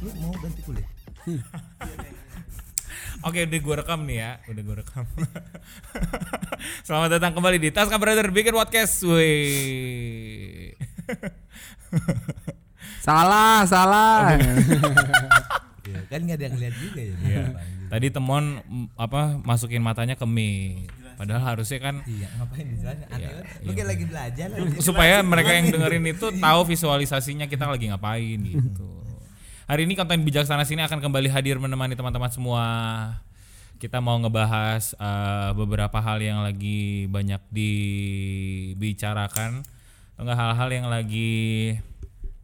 Lu mau ganti kuliah? Oke udah gue rekam nih ya Udah gue rekam Selamat datang kembali di Taska Brother Bikin Podcast Wih Salah, salah. Iya, kan nggak ada yang lihat juga ya. Tadi temon mm, apa masukin matanya ke mie Padahal harusnya kan Iya, ngapain dijelasin? Aneh Iya, banget. Lu kayak lagi belajar lah. Supaya mereka yang dengerin itu tahu visualisasinya kita lagi ngapain gitu Hari ini konten bijaksana sini akan kembali hadir menemani teman-teman semua kita mau ngebahas eh, beberapa hal yang lagi banyak dibicarakan atau enggak hal-hal yang lagi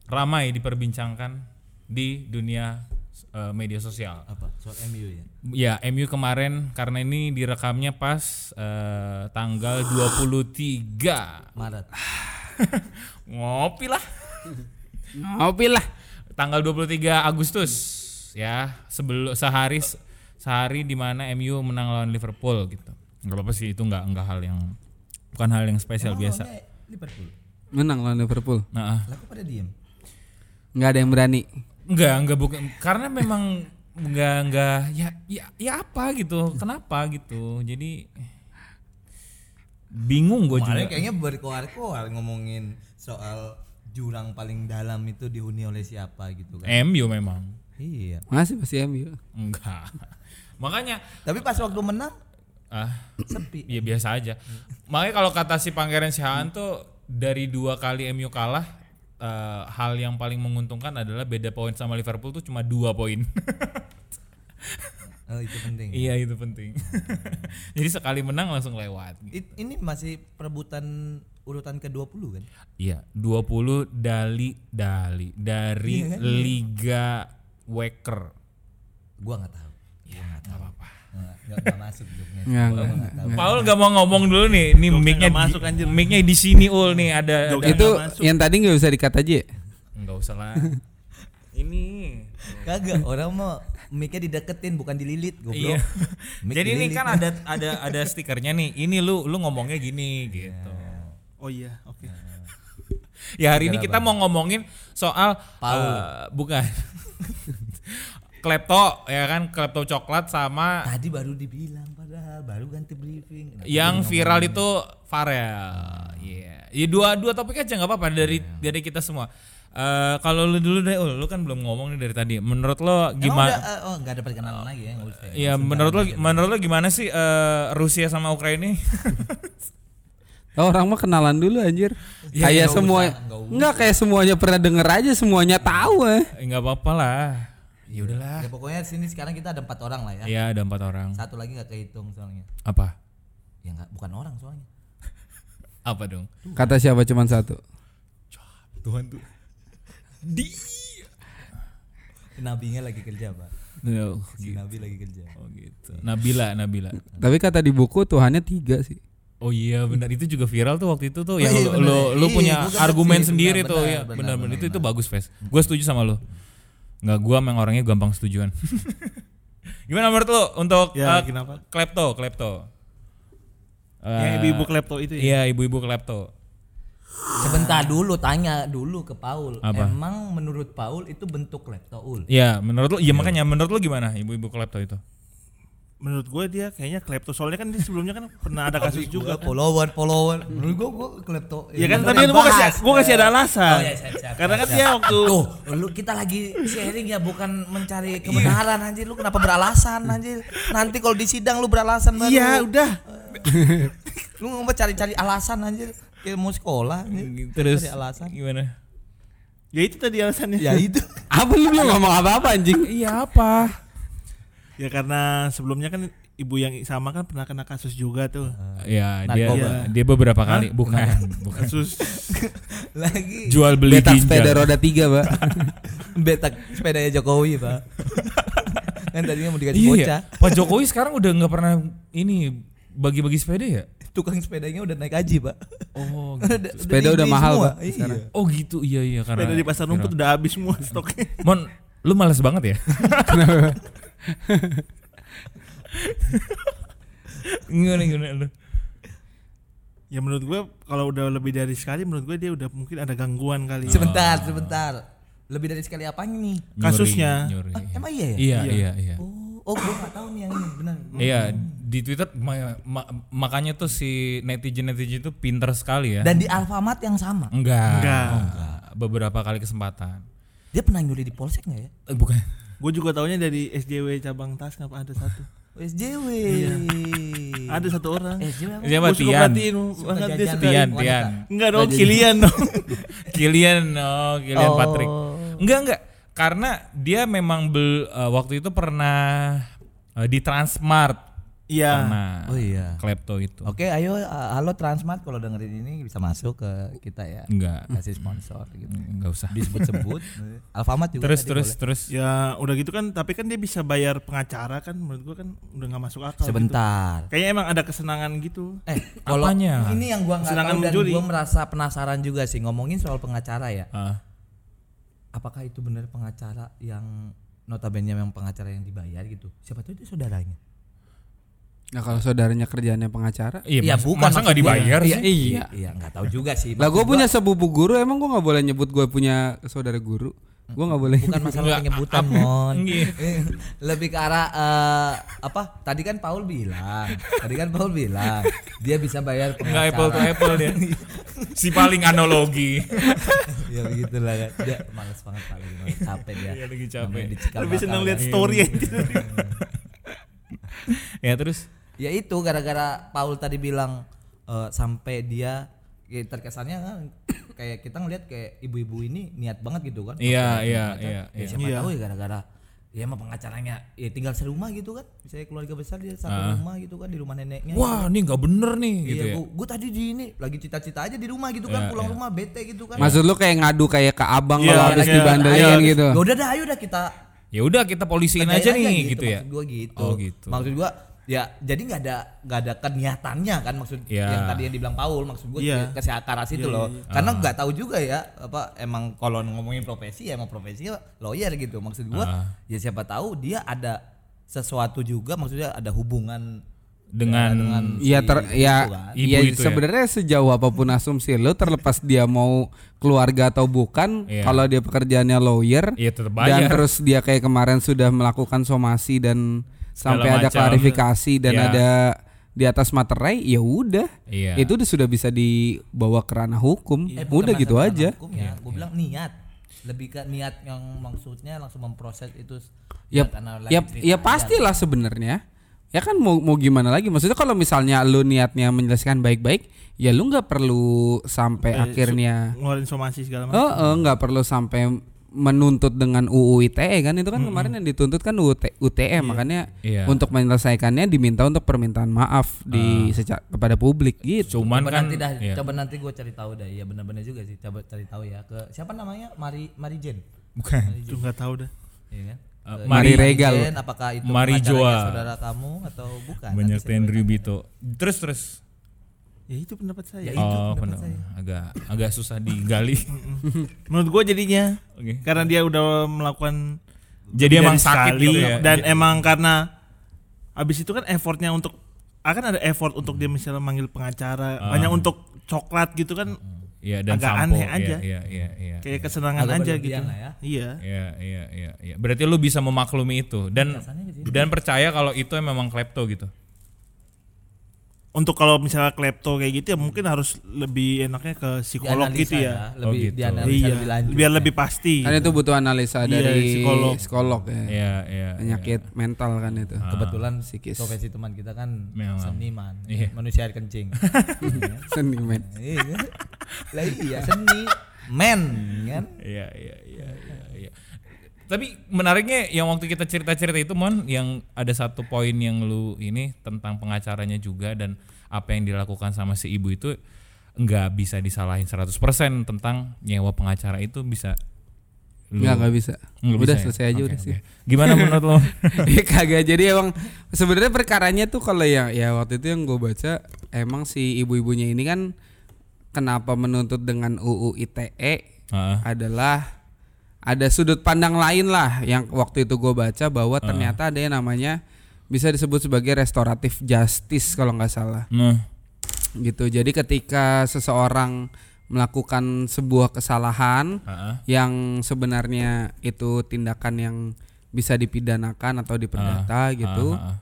ramai diperbincangkan di dunia eh, media sosial. apa? Soal MU ya. Ya, MU kemarin karena ini direkamnya pas eh, tanggal 23 Maret. ngopi lah. Ngopi lah. Tanggal 23 Agustus ya, sebelum sehari sehari di mana MU menang lawan Liverpool gitu. Enggak apa-apa sih itu enggak enggak hal yang bukan hal yang spesial biasa. Lawannya Liverpool. Menang lawan Liverpool. Nah, Lah kok pada diem? Nggak ada yang berani. enggak enggak bukan karena memang enggak enggak ya ya ya apa gitu. Kenapa gitu. Jadi bingung gue juga. Kemarin kayaknya berkoar-koar ngomongin soal jurang paling dalam itu dihuni oleh siapa gitu kan. MU memang. Iya. Masih masih MU. Enggak. Makanya Tapi pas waktu menang ah sepi. ya biasa aja. Makanya kalau kata si Pangeran Sihaan tuh dari dua kali MU kalah eh, hal yang paling menguntungkan adalah beda poin sama Liverpool tuh cuma dua poin. Oh, itu penting. iya itu penting. Jadi sekali menang langsung lewat. It- ini masih perebutan urutan ke-20 kan? Iya, 20 dali dali dari Iya kan? Liga Waker. Gua nggak tahu. Gua nggak tahu. Ya, apa-apa. Nggak- nggak- nggak masuk joknya. Nggak, Gua nggak, nggak tahu. Paul gak mau ngomong dulu nih. Nih mic-nya Iya. nggak masuk, di, mic-nya di sini ul nih ada, ada Itu yang tadi nggak bisa dikat aja. ya? Enggak usah lah. ini. Kagak, orang mau mic-nya dideketin bukan dililit, goblok. Iya. Mic Jadi ini dililit. kan ada ada ada stikernya nih. Ini lu lu ngomongnya Iya. gini gitu. Nah. Oh iya, oke. Ya hari ini kita mau ngomongin soal eh, bukan. klepto ya kan klepto coklat sama tadi baru dibilang padahal baru ganti briefing. Kenapa yang dia viral itu Farel. Iya. Ya dua dua topik aja nggak apa-apa dari Iya. dari kita semua. Eh kalau lu dulu deh, Ul, lu kan belum ngomong nih dari tadi. Menurut lo ngomong- Emang gimana? udah, eh, oh, nggak ada perkenalan lagi ya. nggak usah. Ya menurut lo menurut lo gimana sih eh, Rusia sama Ukraina? ini? Oh, orang mah kenalan dulu anjir. Ya, kayak nggak semua usah, nggak usah. nggak kayak semuanya pernah denger aja, semuanya tahu eh. Enggak apa-apa lah. Ya udahlah. Ya pokoknya sini sekarang kita ada empat orang lah ya. Iya ada empat orang. Satu lagi nggak kehitung soalnya. Apa? Ya nggak bukan orang soalnya. Apa dong? Kata siapa cuman satu. Tuhan tuh. Di. Nabinya lagi kerja pak. No. Si Nabi lagi kerja. Oh Ya, gitu. Nabila, Nabila. Tapi kata di buku Tuhannya tiga sih. Oh iya benar itu juga viral tuh waktu itu tuh Oh, ya iya, lo, lo, benar. lo Iya, punya gua kaget argumen sih. sendiri Benar, tuh benar, ya benar, benar-benar benar, itu itu benar. bagus Fes. Gue setuju sama lo. Nggak gue emang orangnya gampang setujuan. Gimana menurut lo untuk eh, Ya, kenapa? klepto klepto? Yang Eh, ibu-ibu klepto itu ya. Iya ibu-ibu klepto. Sebentar dulu tanya dulu ke Paul. Apa? Emang menurut Paul itu bentuk laptop Iya menurut lo, iya makanya menurut lo gimana ibu-ibu klepto itu? Menurut gue dia kayaknya klepto. Soalnya kan dia sebelumnya kan pernah ada kasus juga. kan. follower follower. Menurut gua gua klepto. Iya Ya kan Kita tadi gue kasih bahas. gue kasih ada alasan. Oh, iya, siap, siap, Karena kan siap. dia waktu Tuh, lu kita lagi sharing ya bukan mencari kebenaran anjir. Lu kenapa beralasan anjir? Nanti kalau di sidang lu beralasan baru. Iya, udah. Lu ngomong cari-cari alasan anjir. Kayak mau sekolah Gitu, anjir. Gitu, Terus Cari alasan. gimana? Ya itu tadi alasannya. Ya Ya, itu. Apa lu belum ngomong apa-apa anjing? Iya apa? Ya karena sebelumnya kan ibu yang sama kan pernah kena kasus juga tuh. Ah. Ya dia Narkoba. dia beberapa kali bukan bukan Kasus Lagi jual beli Betak sepeda ginjal. roda tiga, Pak. betak sepedanya Jokowi, Pak. kan tadinya mau dikasih bocah. Iya. Pak Jokowi sekarang udah nggak pernah ini bagi-bagi sepeda ya? Tukang sepedanya udah naik haji, Pak. Oh, gitu. Udah- Sepeda udah udah diisi mahal, semua. Pak, Iya. sekarang. oh gitu. Iya iya karena Sepeda di pasar rumput udah habis semua stoknya. Mon, lu malas banget ya? Gimana gimana lu? Ya menurut gue kalau udah lebih dari sekali menurut gue dia udah mungkin ada gangguan kali. ya. Sebentar, sebentar. Lebih dari sekali apanya nih? Kasusnya. Nyuri, Ah, nyuri. emang iya ya? Iya iya iya. Oh, oh gue gak tahu nih yang ini benar. Iya, di Twitter ma- ma- makanya tuh si netizen-netizen itu pinter sekali ya. Dan di Alfamart yang sama. enggak, Enggak. oh, enggak. Beberapa kali kesempatan. Dia pernah nyuri di polsek nggak ya? Eh, bukan. Gue juga taunya dari SJW cabang tas nggak ada satu. SJW. Ada satu orang. Eh, SJW apa? Siapa Gua suka Tian? perhatiin banget dia jajan. suka. Tian, wanita. Tian. Enggak dong, Kilian dong. Kilian, oh Kilian Oh. Patrick. Enggak enggak, karena dia memang bel- eh, waktu itu pernah eh, di Transmart. Iya. Pernah. Oh iya. Klepto itu. Oke, ayo uh, halo Transmart kalau dengerin ini bisa masuk ke kita ya. Enggak, Kasih sponsor gitu. enggak usah. Disebut-sebut. Alfamart juga Terus tadi terus boleh. terus. Ya udah gitu kan, tapi kan dia bisa bayar pengacara kan menurut gue kan udah nggak masuk akal. gitu. Oh, Sebentar. Kayaknya emang ada kesenangan gitu. Eh, kalau Apanya? ini yang gua nggak Sedangkan tahu dan mencuri. gua merasa penasaran juga sih ngomongin soal pengacara ya. Ah. Apakah itu benar pengacara yang notabene memang pengacara yang dibayar gitu? Siapa tahu itu saudaranya. Nah kalau saudaranya kerjaannya pengacara. Iya, mas- masa maksud nggak gua- dibayar iya, sih? Iya, iya nggak tahu juga sih. Lah gue Maksud punya sepupu guru emang gue nggak boleh nyebut gue punya saudara guru. Gue nggak boleh. bukan masalah Nggak, penyebutan mon lebih ke arah eh, apa tadi kan Paul bilang tadi kan Paul bilang dia bisa bayar pengacara Enggak apple to apple dia. si paling analogi. ya begitulah kan dia males banget paling males. capek dia Iya, lagi capek. Namanya dicekal Lebih seneng bakal lihat kan. story aja. ya terus ya itu gara-gara Paul tadi bilang eh, sampai dia ya, terkesannya kan kayak kita ngelihat kayak ibu-ibu ini niat banget gitu kan Iya, iya, Pengacara. iya, Ya, iya. siapa Iya. tahu ya gara-gara ya emang pengacaranya ya tinggal serumah gitu kan misalnya keluarga besar dia satu rumah gitu kan di rumah neneknya wah ini nggak bener nih Iya, gitu ya. Iya, gua, gua tadi di ini lagi cita-cita aja di rumah gitu kan, pulang rumah bete gitu kan. Maksud lu kayak ngadu kayak ke abang Iya, kalau habis iya, dibandelin iya. gitu. Ya udah dah, ayo dah kita Ya udah kita polisiin kerjain aja nih gitu, ya. Maksud gua gitu. Oh, gitu. Maksud gua ya jadi nggak ada nggak ada keniatannya kan maksud Iya. yang tadi yang dibilang Paul maksud gua Iya. ke seakaras itu loh. Karena Ah. nggak tahu juga ya apa emang kalau ngomongin profesi ya emang profesi lawyer gitu. Maksud gua Ah. ya siapa tahu dia ada sesuatu juga maksudnya ada hubungan ya, Dengan, Iya ter si ya, itu kan. Ibu ya itu ya. sebenarnya sejauh apapun asumsi lu terlepas dia mau keluarga atau bukan Iya. kalau dia pekerjaannya lawyer Iya, tetep dan bayar. terus dia kayak kemarin sudah melakukan somasi dan sampai ada macam. klarifikasi dan Iya. ada di atas materai ya udah Iya. itu udah sudah bisa dibawa ke ranah hukum Eh, bukan udah masalah gitu ranah aja hukum ya. Gue bilang niat. Lebih ke niat yang maksudnya langsung memproses itu. s- ya karena lagi ya, cerita ya aja. pastilah sebenarnya ya kan mau mau gimana lagi maksudnya kalau misalnya lu niatnya menyelesaikan baik-baik ya lu nggak perlu sampai Iya. akhirnya Ngeluarin somasi segala macam. Oh, eh, nggak perlu sampai menuntut dengan UU ITE kan itu kan kemarin yang dituntut kan UU T- UTE makanya Iya. untuk menyelesaikannya diminta untuk permintaan maaf Ah. di seca- kepada publik gitu. Cuman Coba kan nanti dah, ya. coba nanti gue cari tahu dah. Iya benar-benar juga sih. Coba cari tahu ya ke siapa namanya? Mari Mari Jen. bukan. Oh. Itu nggak tahu dah. Iya kan? Eh, Ke- Mari Regal. Jen, apakah itu Mari pengacaranya Joa. saudara kamu atau bukan? Nanti Banyak saya- Henry Bito. Terus terus. Ya itu pendapat saya. oh, bener. agak agak susah digali. Menurut gue jadinya Oke. karena dia udah melakukan Jadi dari emang sakit sekali, gitu ya. dan emang karena habis itu kan effortnya untuk akan ada effort untuk dia misalnya manggil pengacara Ah. hanya untuk coklat gitu kan Iya dan Agak sampo. aneh Iya, aja. Iya iya iya. kayak kesenangan Agak aja berlebihan gitu lah ya. iya Iya iya iya iya. Berarti lu bisa memaklumi itu dan dan percaya kalau itu memang klepto gitu. untuk kalau misalnya klepto kayak gitu ya mungkin harus lebih enaknya ke psikolog Dianalisa gitu ya Lebih gitu. dianalisa iya lebih lanjut. ya. biar lebih pasti Kan itu butuh analisa Iya, dari psikolog. psikolog, ya. Iya Ah. iya. Penyakit mental kan itu. Kebetulan Psikis. profesi teman kita kan Memang. seniman, Iya. manusia air kencing. Seni men. Iya. lah iya seni men kan Iya iya iya iya. iya. Tapi menariknya yang waktu kita cerita-cerita itu mon yang ada satu poin yang lu ini tentang pengacaranya juga dan apa yang dilakukan sama si ibu itu nggak bisa disalahin 100% tentang nyewa pengacara itu bisa lu- Enggak enggak bisa. Nggak udah bisa ya? selesai aja Oke, udah oke. sih. Gimana menurut lo? Iya kagak jadi emang sebenarnya ya perkaranya tuh kalau yang ya waktu itu yang gue baca emang si ibu-ibunya ini kan kenapa menuntut dengan UU ITE Heeh. E adalah ada sudut pandang lain lah yang waktu itu gue baca bahwa ternyata ada yang namanya bisa disebut sebagai restoratif justice kalau nggak salah Nah, gitu. Jadi ketika seseorang melakukan sebuah kesalahan heeh. yang sebenarnya itu tindakan yang bisa dipidanakan atau diperdata gitu, heeh.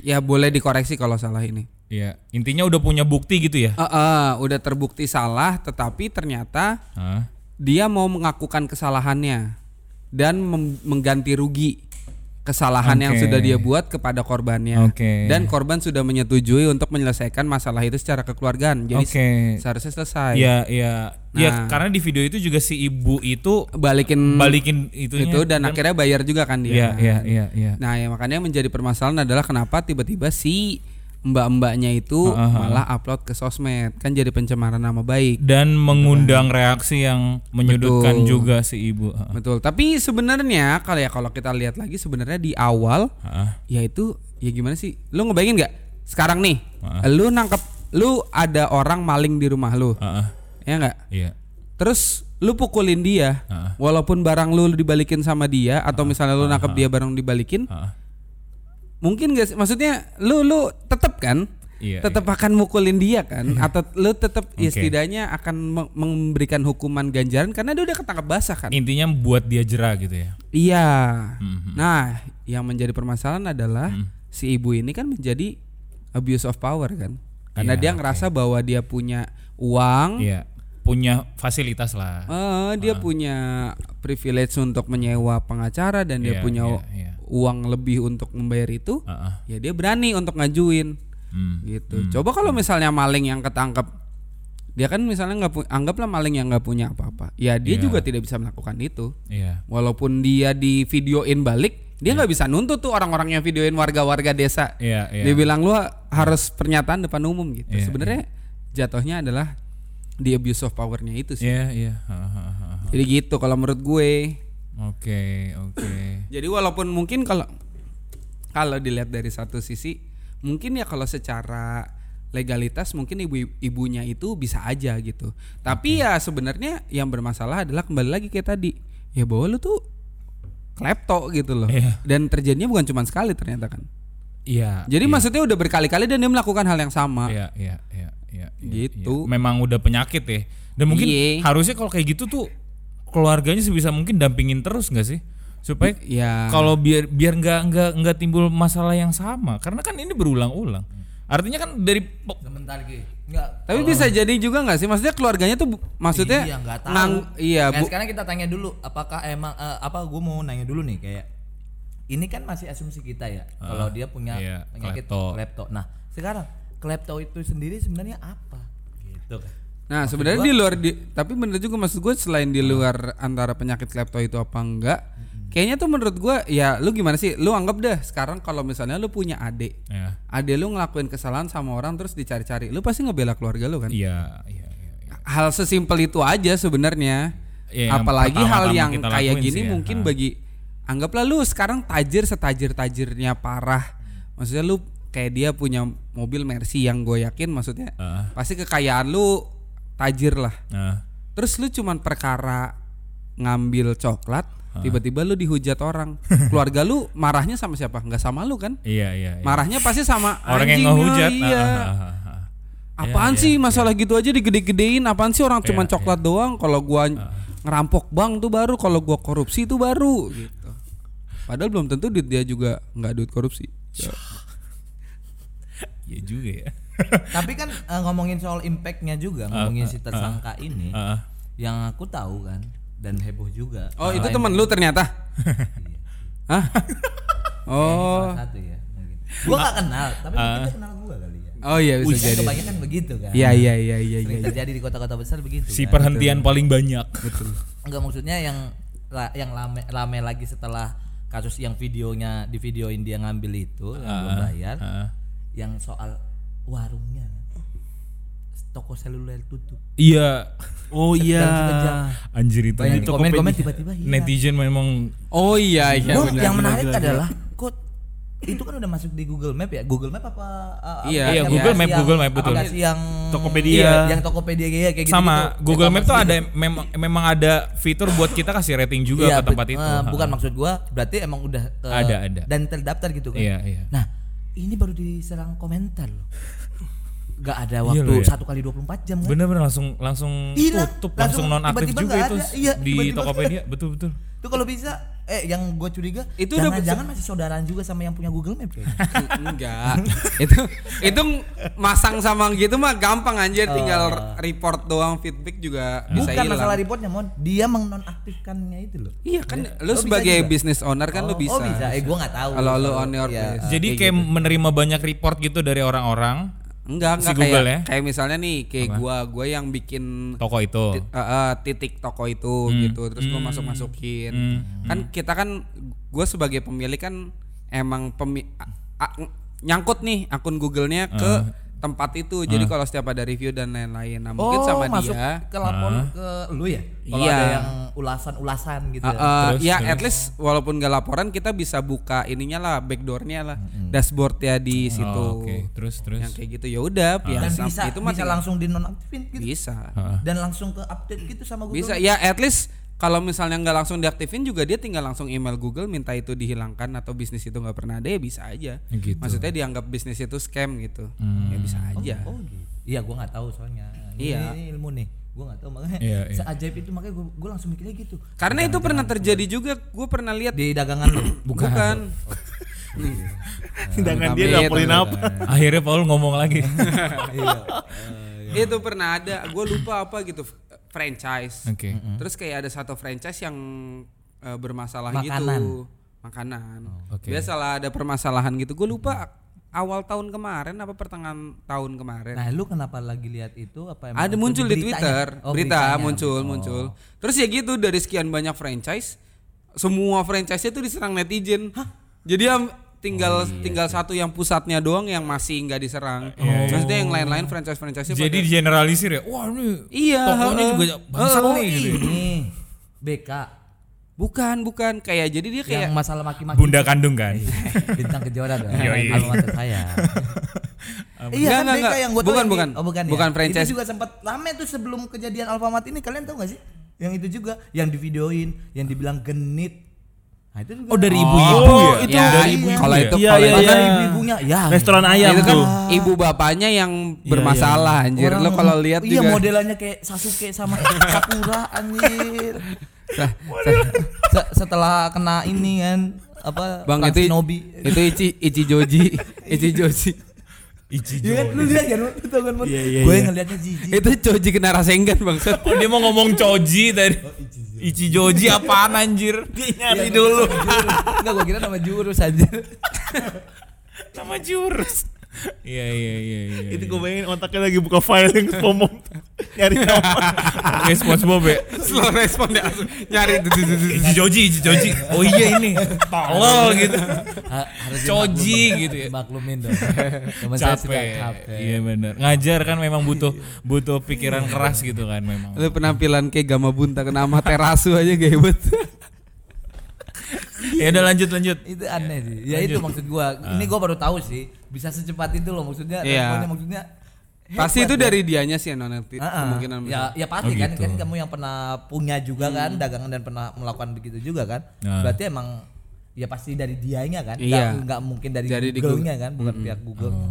ya boleh dikoreksi kalau salah ini. Iya, intinya udah punya bukti gitu ya. Eh, eh, udah terbukti salah, tetapi ternyata Heeh. dia mau mengakukan kesalahannya dan mem- mengganti rugi kesalahan yang Oke. sudah dia buat kepada korbannya Oke. dan korban sudah menyetujui untuk menyelesaikan masalah itu secara kekeluargaan jadi Oke. seharusnya selesai Iya, iya. Ya, Nah. karena di video itu juga si ibu itu balikin balikin itunya. Hmm. itu dan akhirnya bayar juga kan dia. Iya, iya, iya, iya. Nah, yang makanya yang menjadi permasalahan adalah kenapa tiba-tiba si mbak-mbaknya itu malah upload ke sosmed kan jadi pencemaran nama baik. Dan mengundang reaksi yang menyudutkan Betul. juga si ibu. Heeh. Betul. Tapi sebenarnya kalau ya kalau kita lihat lagi sebenarnya di awal Heeh. yaitu ya gimana sih? Lu ngebayangin nggak? Sekarang nih, lu nangkep lu ada orang maling di rumah lu. Heeh. Ya enggak? Iya. Terus lu pukulin dia, Heeh. walaupun barang lu dibalikin sama dia atau misalnya lu nangkep dia barang dibalikin, Heeh. mungkin gak sih maksudnya lu lu tetap kan Iya, tetap akan mukulin dia kan atau lu tetap ya Oke. setidaknya akan me- memberikan hukuman ganjaran karena dia udah ketangkap basah kan Intinya buat dia jerah gitu ya. iya Mhm. nah yang menjadi permasalahan adalah si ibu ini kan menjadi abuse of power kan karena Iya, dia ngerasa bahwa dia punya uang Iya. Punya fasilitas lah. eh, Ah. dia punya privilege untuk menyewa pengacara dan dia Iya, punya iya, iya. uang lebih untuk membayar itu Heeh. ya dia berani untuk ngajuin Hmm. gitu. Coba kalau misalnya maling yang ketangkep, dia kan misalnya nggak pu- anggaplah maling yang nggak punya apa-apa, ya dia juga tidak bisa melakukan itu. Iya. Walaupun dia di videoin balik, dia nggak bisa nuntut tuh orang-orang yang videoin warga-warga desa. Iya, iya. Dia bilang lu harus pernyataan depan umum gitu. Sebenarnya jatuhnya adalah di abuse of powernya itu sih. Iya, iya. Heeh, heeh, heeh. Jadi gitu kalau menurut gue. Oke, oke. Jadi walaupun mungkin kalau kalau dilihat dari satu sisi, mungkin ya kalau secara legalitas mungkin ibu-ibunya itu bisa aja gitu. Tapi ya sebenarnya yang bermasalah adalah kembali lagi kayak tadi, ya bahwa lu tuh klepto gitu loh. Iya. Dan terjadinya bukan cuma sekali ternyata kan. Iya. Jadi maksudnya udah berkali-kali dan dia melakukan hal yang sama. Iya, iya, iya, iya. iya, Gitu. Iya. iya. Memang udah penyakit ya. Dan mungkin Iye. harusnya kalau kayak gitu tuh keluarganya sebisa mungkin dampingin terus nggak sih? Supaya Ya. kalau biar biar nggak nggak nggak timbul masalah yang sama. Karena kan ini berulang-ulang. Artinya kan dari po- Sebentar Ki. Enggak. Tapi bisa jadi juga nggak sih? Maksudnya keluarganya tuh bu- maksudnya iya nggak tahu. ngang- iya, Nah, bu, sekarang kita tanya dulu apakah emang eh, apa gue mau nanya dulu nih kayak ini kan masih asumsi kita ya kalau dia punya iya, penyakit klepto. klepto. Nah, sekarang klepto itu sendiri sebenarnya apa? Gitu kan. Nah sebenarnya di luar di, tapi bener juga maksud gue selain di luar antara penyakit klepto itu apa enggak, kayaknya tuh menurut gue ya lu gimana sih? Lu anggap deh sekarang kalau misalnya lu punya adik, ya. adik lu ngelakuin kesalahan sama orang terus dicari-cari, lu pasti ngebela keluarga lu kan? Iya, iya, iya. Hal sesimpel itu aja sebenarnya. Ya, yang Apalagi hal pertama-tama yang kita kayak lakuin gini sih ya. mungkin bagi anggaplah lu sekarang tajir setajir-tajirnya parah. Maksudnya lu kayak dia punya mobil Mercy yang gue yakin maksudnya Ah. pasti kekayaan lu tajir lah. Nah, Terus lu cuman perkara ngambil coklat, tiba-tiba lu dihujat orang. Keluarga lu marahnya sama siapa? Nggak sama lu kan? iya, iya. iya. Marahnya pasti sama Orang yang anjingnya, ngehujat. ah, Iya. ah, ah, ah, ah. Apaan sih masalah gitu aja digede-gedein? Apaan sih orang cuman coklat doang? Kalau gua ngerampok bank tuh baru, kalau gua korupsi itu baru gitu. Padahal belum tentu duit dia juga nggak duit korupsi. Ya. Iya juga ya. Tapi kan eh, ngomongin soal impactnya juga, ngomongin si tersangka ini Ah, ah. yang aku tahu kan dan heboh juga. Iya. Oh, itu Selain- temen lu ternyata. Hah? Oh. Salah satu ya mungkin. Gua gak kenal, tapi mungkin dia kenal gua kali ya. Oh iya bisa Kan jadi. kebanyakan begitu kan. Iya iya iya iya iya. Sering terjadi di kota-kota besar begitu. Si kan. perhentian paling banyak. Enggak maksudnya yang la- yang lame, lame lagi setelah kasus yang videonya di videoin dia ngambil itu yang belum bayar. ah. Yang soal warungnya toko seluler tutup. Iya. Oh Dalam sekejap. iya. Anjir itu. Banyak net- komen-komen tiba-tiba hilang. Netizen memang Oh iya iya. Gua benar. yang menarik adalah kok itu kan udah masuk di Google Map ya. Google Map apa? eh, Iya, aplikasi iya, yang- Google Map, yang- Google Map, betul. aplikasi yang Tokopedia. Iya, yang Tokopedia kayak kayak gitu. sama Google Map tuh ada memang memang ada fitur buat kita kasih rating juga Iya, ke tempat bet- itu. eh, Ha. bukan maksud gua, berarti emang udah eh, Ada, ada. dan terdaftar gitu kan. Iya, iya. Nah, ini baru diserang komentar loh. Gak ada waktu loh ya. satu kali 24 jam kan. Bener-bener langsung langsung Hilang. tutup, Langsung langsung, nonaktif tiba-tiba juga nggak itu ada. Iya, di tiba-tiba. Tokopedia, betul betul. Ah, Itu kalau bisa eh yang gue curiga Itu udah jangan, jangan masih saudaraan juga sama yang punya Google Map ya. enggak itu itu masang sama gitu mah gampang anjir tinggal report doang feedback juga bisa Bukan hilang masalah reportnya mon, dia menonaktifkannya itu loh. iya kan Iya. Oh, lu bisa sebagai juga. business owner kan lu bisa, Oh bisa, eh gue nggak tahu. kalau lu on your Iya. base. Jadi kayak gitu. kayak menerima banyak report gitu dari orang-orang enggak Si enggak Google kayak ya? kayak misalnya nih kayak gua gua yang bikin toko Hmm. itu. ti- eh, eh, titik toko itu gitu terus gua masuk masukin Hmm. kan kita kan gue sebagai pemilik kan emang pemi a- a- nyangkut nih akun Google-nya ke tempat itu jadi kalau setiap ada review dan lain-lain nah, mungkin oh, sama masuk dia ke lapor ke lu ya? Kalau Iya. ada yang ulasan-ulasan gitu. Uh, ya. uh, Iya, Terus, ya terus. at least walaupun gak laporan kita bisa buka ininya lah backdoornya lah dashboard ya di situ Oh, Oke, terus terus. Ah. yang kayak gitu ya udah ya Dan sam- bisa itu mah bisa tinggal- langsung dinonaktifin gitu. bisa Dan langsung ke update gitu sama Google. bisa ya at least kalau misalnya nggak langsung diaktifin juga dia tinggal langsung email Google minta itu dihilangkan atau bisnis itu nggak pernah ada ya bisa aja Gitu. maksudnya dianggap bisnis itu scam gitu ya bisa aja Oh gitu. Iya, gue nggak tahu soalnya. Ini- Iya. Ini, ilmu nih. Gue nggak tahu makanya. Iya, iya. Seajaib itu makanya gue gue langsung mikirnya gitu. karena itu pernah terjadi juga gue pernah lihat Di dagangan lu. bukan, Sedangkan dia Amit, laporin amit. apa? Akhirnya Paul ngomong lagi. itu pernah ada gue lupa apa gitu f- franchise Oke. Terus kayak ada satu franchise yang eh, bermasalah Makanan. gitu. Makanan. oke. Biasalah ada permasalahan gitu. Gue lupa awal tahun kemarin apa pertengahan tahun kemarin. Nah, lu kenapa lagi lihat itu apa emang ada itu muncul di beritanya? Twitter, Oh, berita beritanya. Oh, muncul muncul. Terus ya gitu dari sekian banyak franchise, semua franchise itu diserang netizen. Jadi am- Oh, tinggal iya tinggal satu yang pusatnya doang yang masih nggak diserang. Maksudnya yang lain-lain franchise-franchise Jadi di generalisir ya. Wah, ini Iya, tokonya heeh. juga bangsat Oh, nih gitu. ini BK bukan bukan kayak jadi dia kayak yang masalah maki-maki Bunda kandung kan. Iya. bintang kejora dong. Yoi. Alma mater saya. Iya Enggak, kan enggak, BK enggak. yang gue Bukan, bukan. oh, bukan, ya. Bukan franchise. Itu juga sempat lama tuh sebelum kejadian Alfamart ini kalian tahu gak sih? Yang itu juga yang divideoin, yang dibilang genit. Nah, itu juga. Oh, dari ibu ibu-ibu ya. Dari itu. Iya. ibu-ibu Kalau ya? itu Iya, kalau iya, itu- Bahkan iya. ibu-ibunya ya. Restoran ayam itu kan tuh. ibu bapaknya yang bermasalah anjir. Iya, Orang- Lo kalau lihat iya juga modelannya kayak Sasuke sama Sakura anjir. Se- setelah kena ini kan apa Bang perang itu Shinobi. itu Ichi Ichijoji, Ichijoji. Ichijo. Iya kan lu lihat kan lu tau kan Mon? Iya, iya, gue iya. ngelihatnya jijik. itu Choji kena rasengan bangsat. Oh, dia mau ngomong Choji tadi. Oh, Ichijoji apaan anjir? Dia nyari dulu. Enggak gue kira nama jurus anjir. Nama jurus. Iya iya iya iya. Itu gue bayangin otaknya lagi buka file yang spomom nyari nama. Eh, SpongeBob ya. Slow respon dia langsung nyari itu Ichijoji, Ichijoji. Oh iya ini. Tolol gitu. Ha- harus Choji dimaklumin- gitu ya. Maklumin dong. Teman saya sudah Capek. capek. Iya benar. Ngajar kan memang butuh butuh pikiran keras gitu kan memang. Lu penampilan kayak Gama Bunta kena Materasu aja gak hebat. Ya udah lanjut lanjut. Itu aneh sih. Ya itu maksud gua. Ini gua baru tahu sih bisa secepat itu loh maksudnya. Iya. responnya Maksudnya Pasti itu dari dianya sih yang nanti Ah, ah. ya, kemungkinan besar. Hmm. ya pasti Oh, kan, gitu. kan kamu yang pernah punya juga kan dagangan dan pernah melakukan begitu juga kan. Nah. Berarti emang ya pasti dari dianya kan. Nggak- Iya. Nggak mungkin dari, Dari di Hmm. Google-nya kan, bukan pihak Google. Gitu.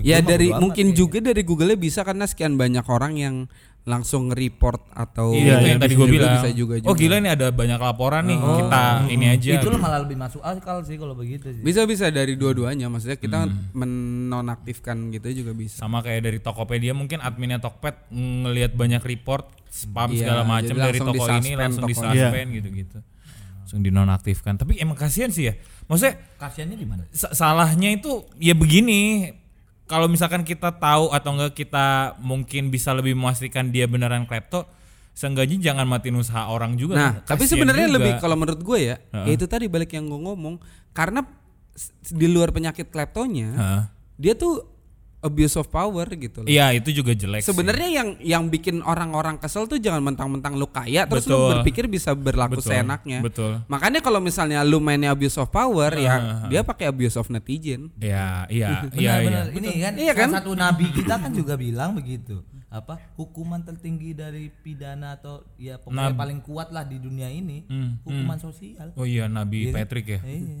Google Ya mah dari bodo amat mungkin kayaknya. juga dari Google-nya bisa karena sekian banyak orang yang langsung report atau Iya, itu yang tadi gue Juga bilang. bisa juga, juga. Oh Oh. gila ini ada banyak laporan nih kita ini aja. Itu lo malah lebih masuk akal sih kalau begitu sih. Bisa bisa dari dua-duanya, maksudnya Hmm. kita menonaktifkan gitu juga bisa. Sama kayak dari Tokopedia mungkin adminnya Tokped ngelihat banyak report spam Iya, segala macam jadi dari langsung toko ini disuspend langsung di tokonya. Iya. suspend gitu-gitu. Langsung dinonaktifkan. Tapi emang kasihan sih ya. Maksudnya Kasiannya di mana? sa- salahnya itu ya begini kalau misalkan kita tahu atau enggak kita mungkin bisa lebih memastikan dia beneran klepto seenggaknya jangan matiin usaha orang juga Nah, Kasian tapi sebenarnya juga. lebih kalau menurut gue ya, ya itu tadi balik yang gue ngomong karena s- di luar penyakit kleptonya, Heeh. dia tuh abuse of power gitu loh. Iya itu juga jelek. sih. Sebenarnya yang yang bikin orang-orang kesel tuh jangan mentang-mentang lu kaya terus lu Betul. berpikir bisa berlaku Betul, seenaknya. betul. Ah, Makanya kalau misalnya lu mainnya abuse of power ya dia pakai abuse of netizen. Iya iya iya. iya. Benar-benar ini kan, Iya kan? salah satu nabi kita kan juga bilang begitu. Apa hukuman tertinggi dari pidana atau ya pokoknya paling kuat lah di dunia ini Hmm, hukuman sosial. Oh iya Nabi Patrick ya. Iya.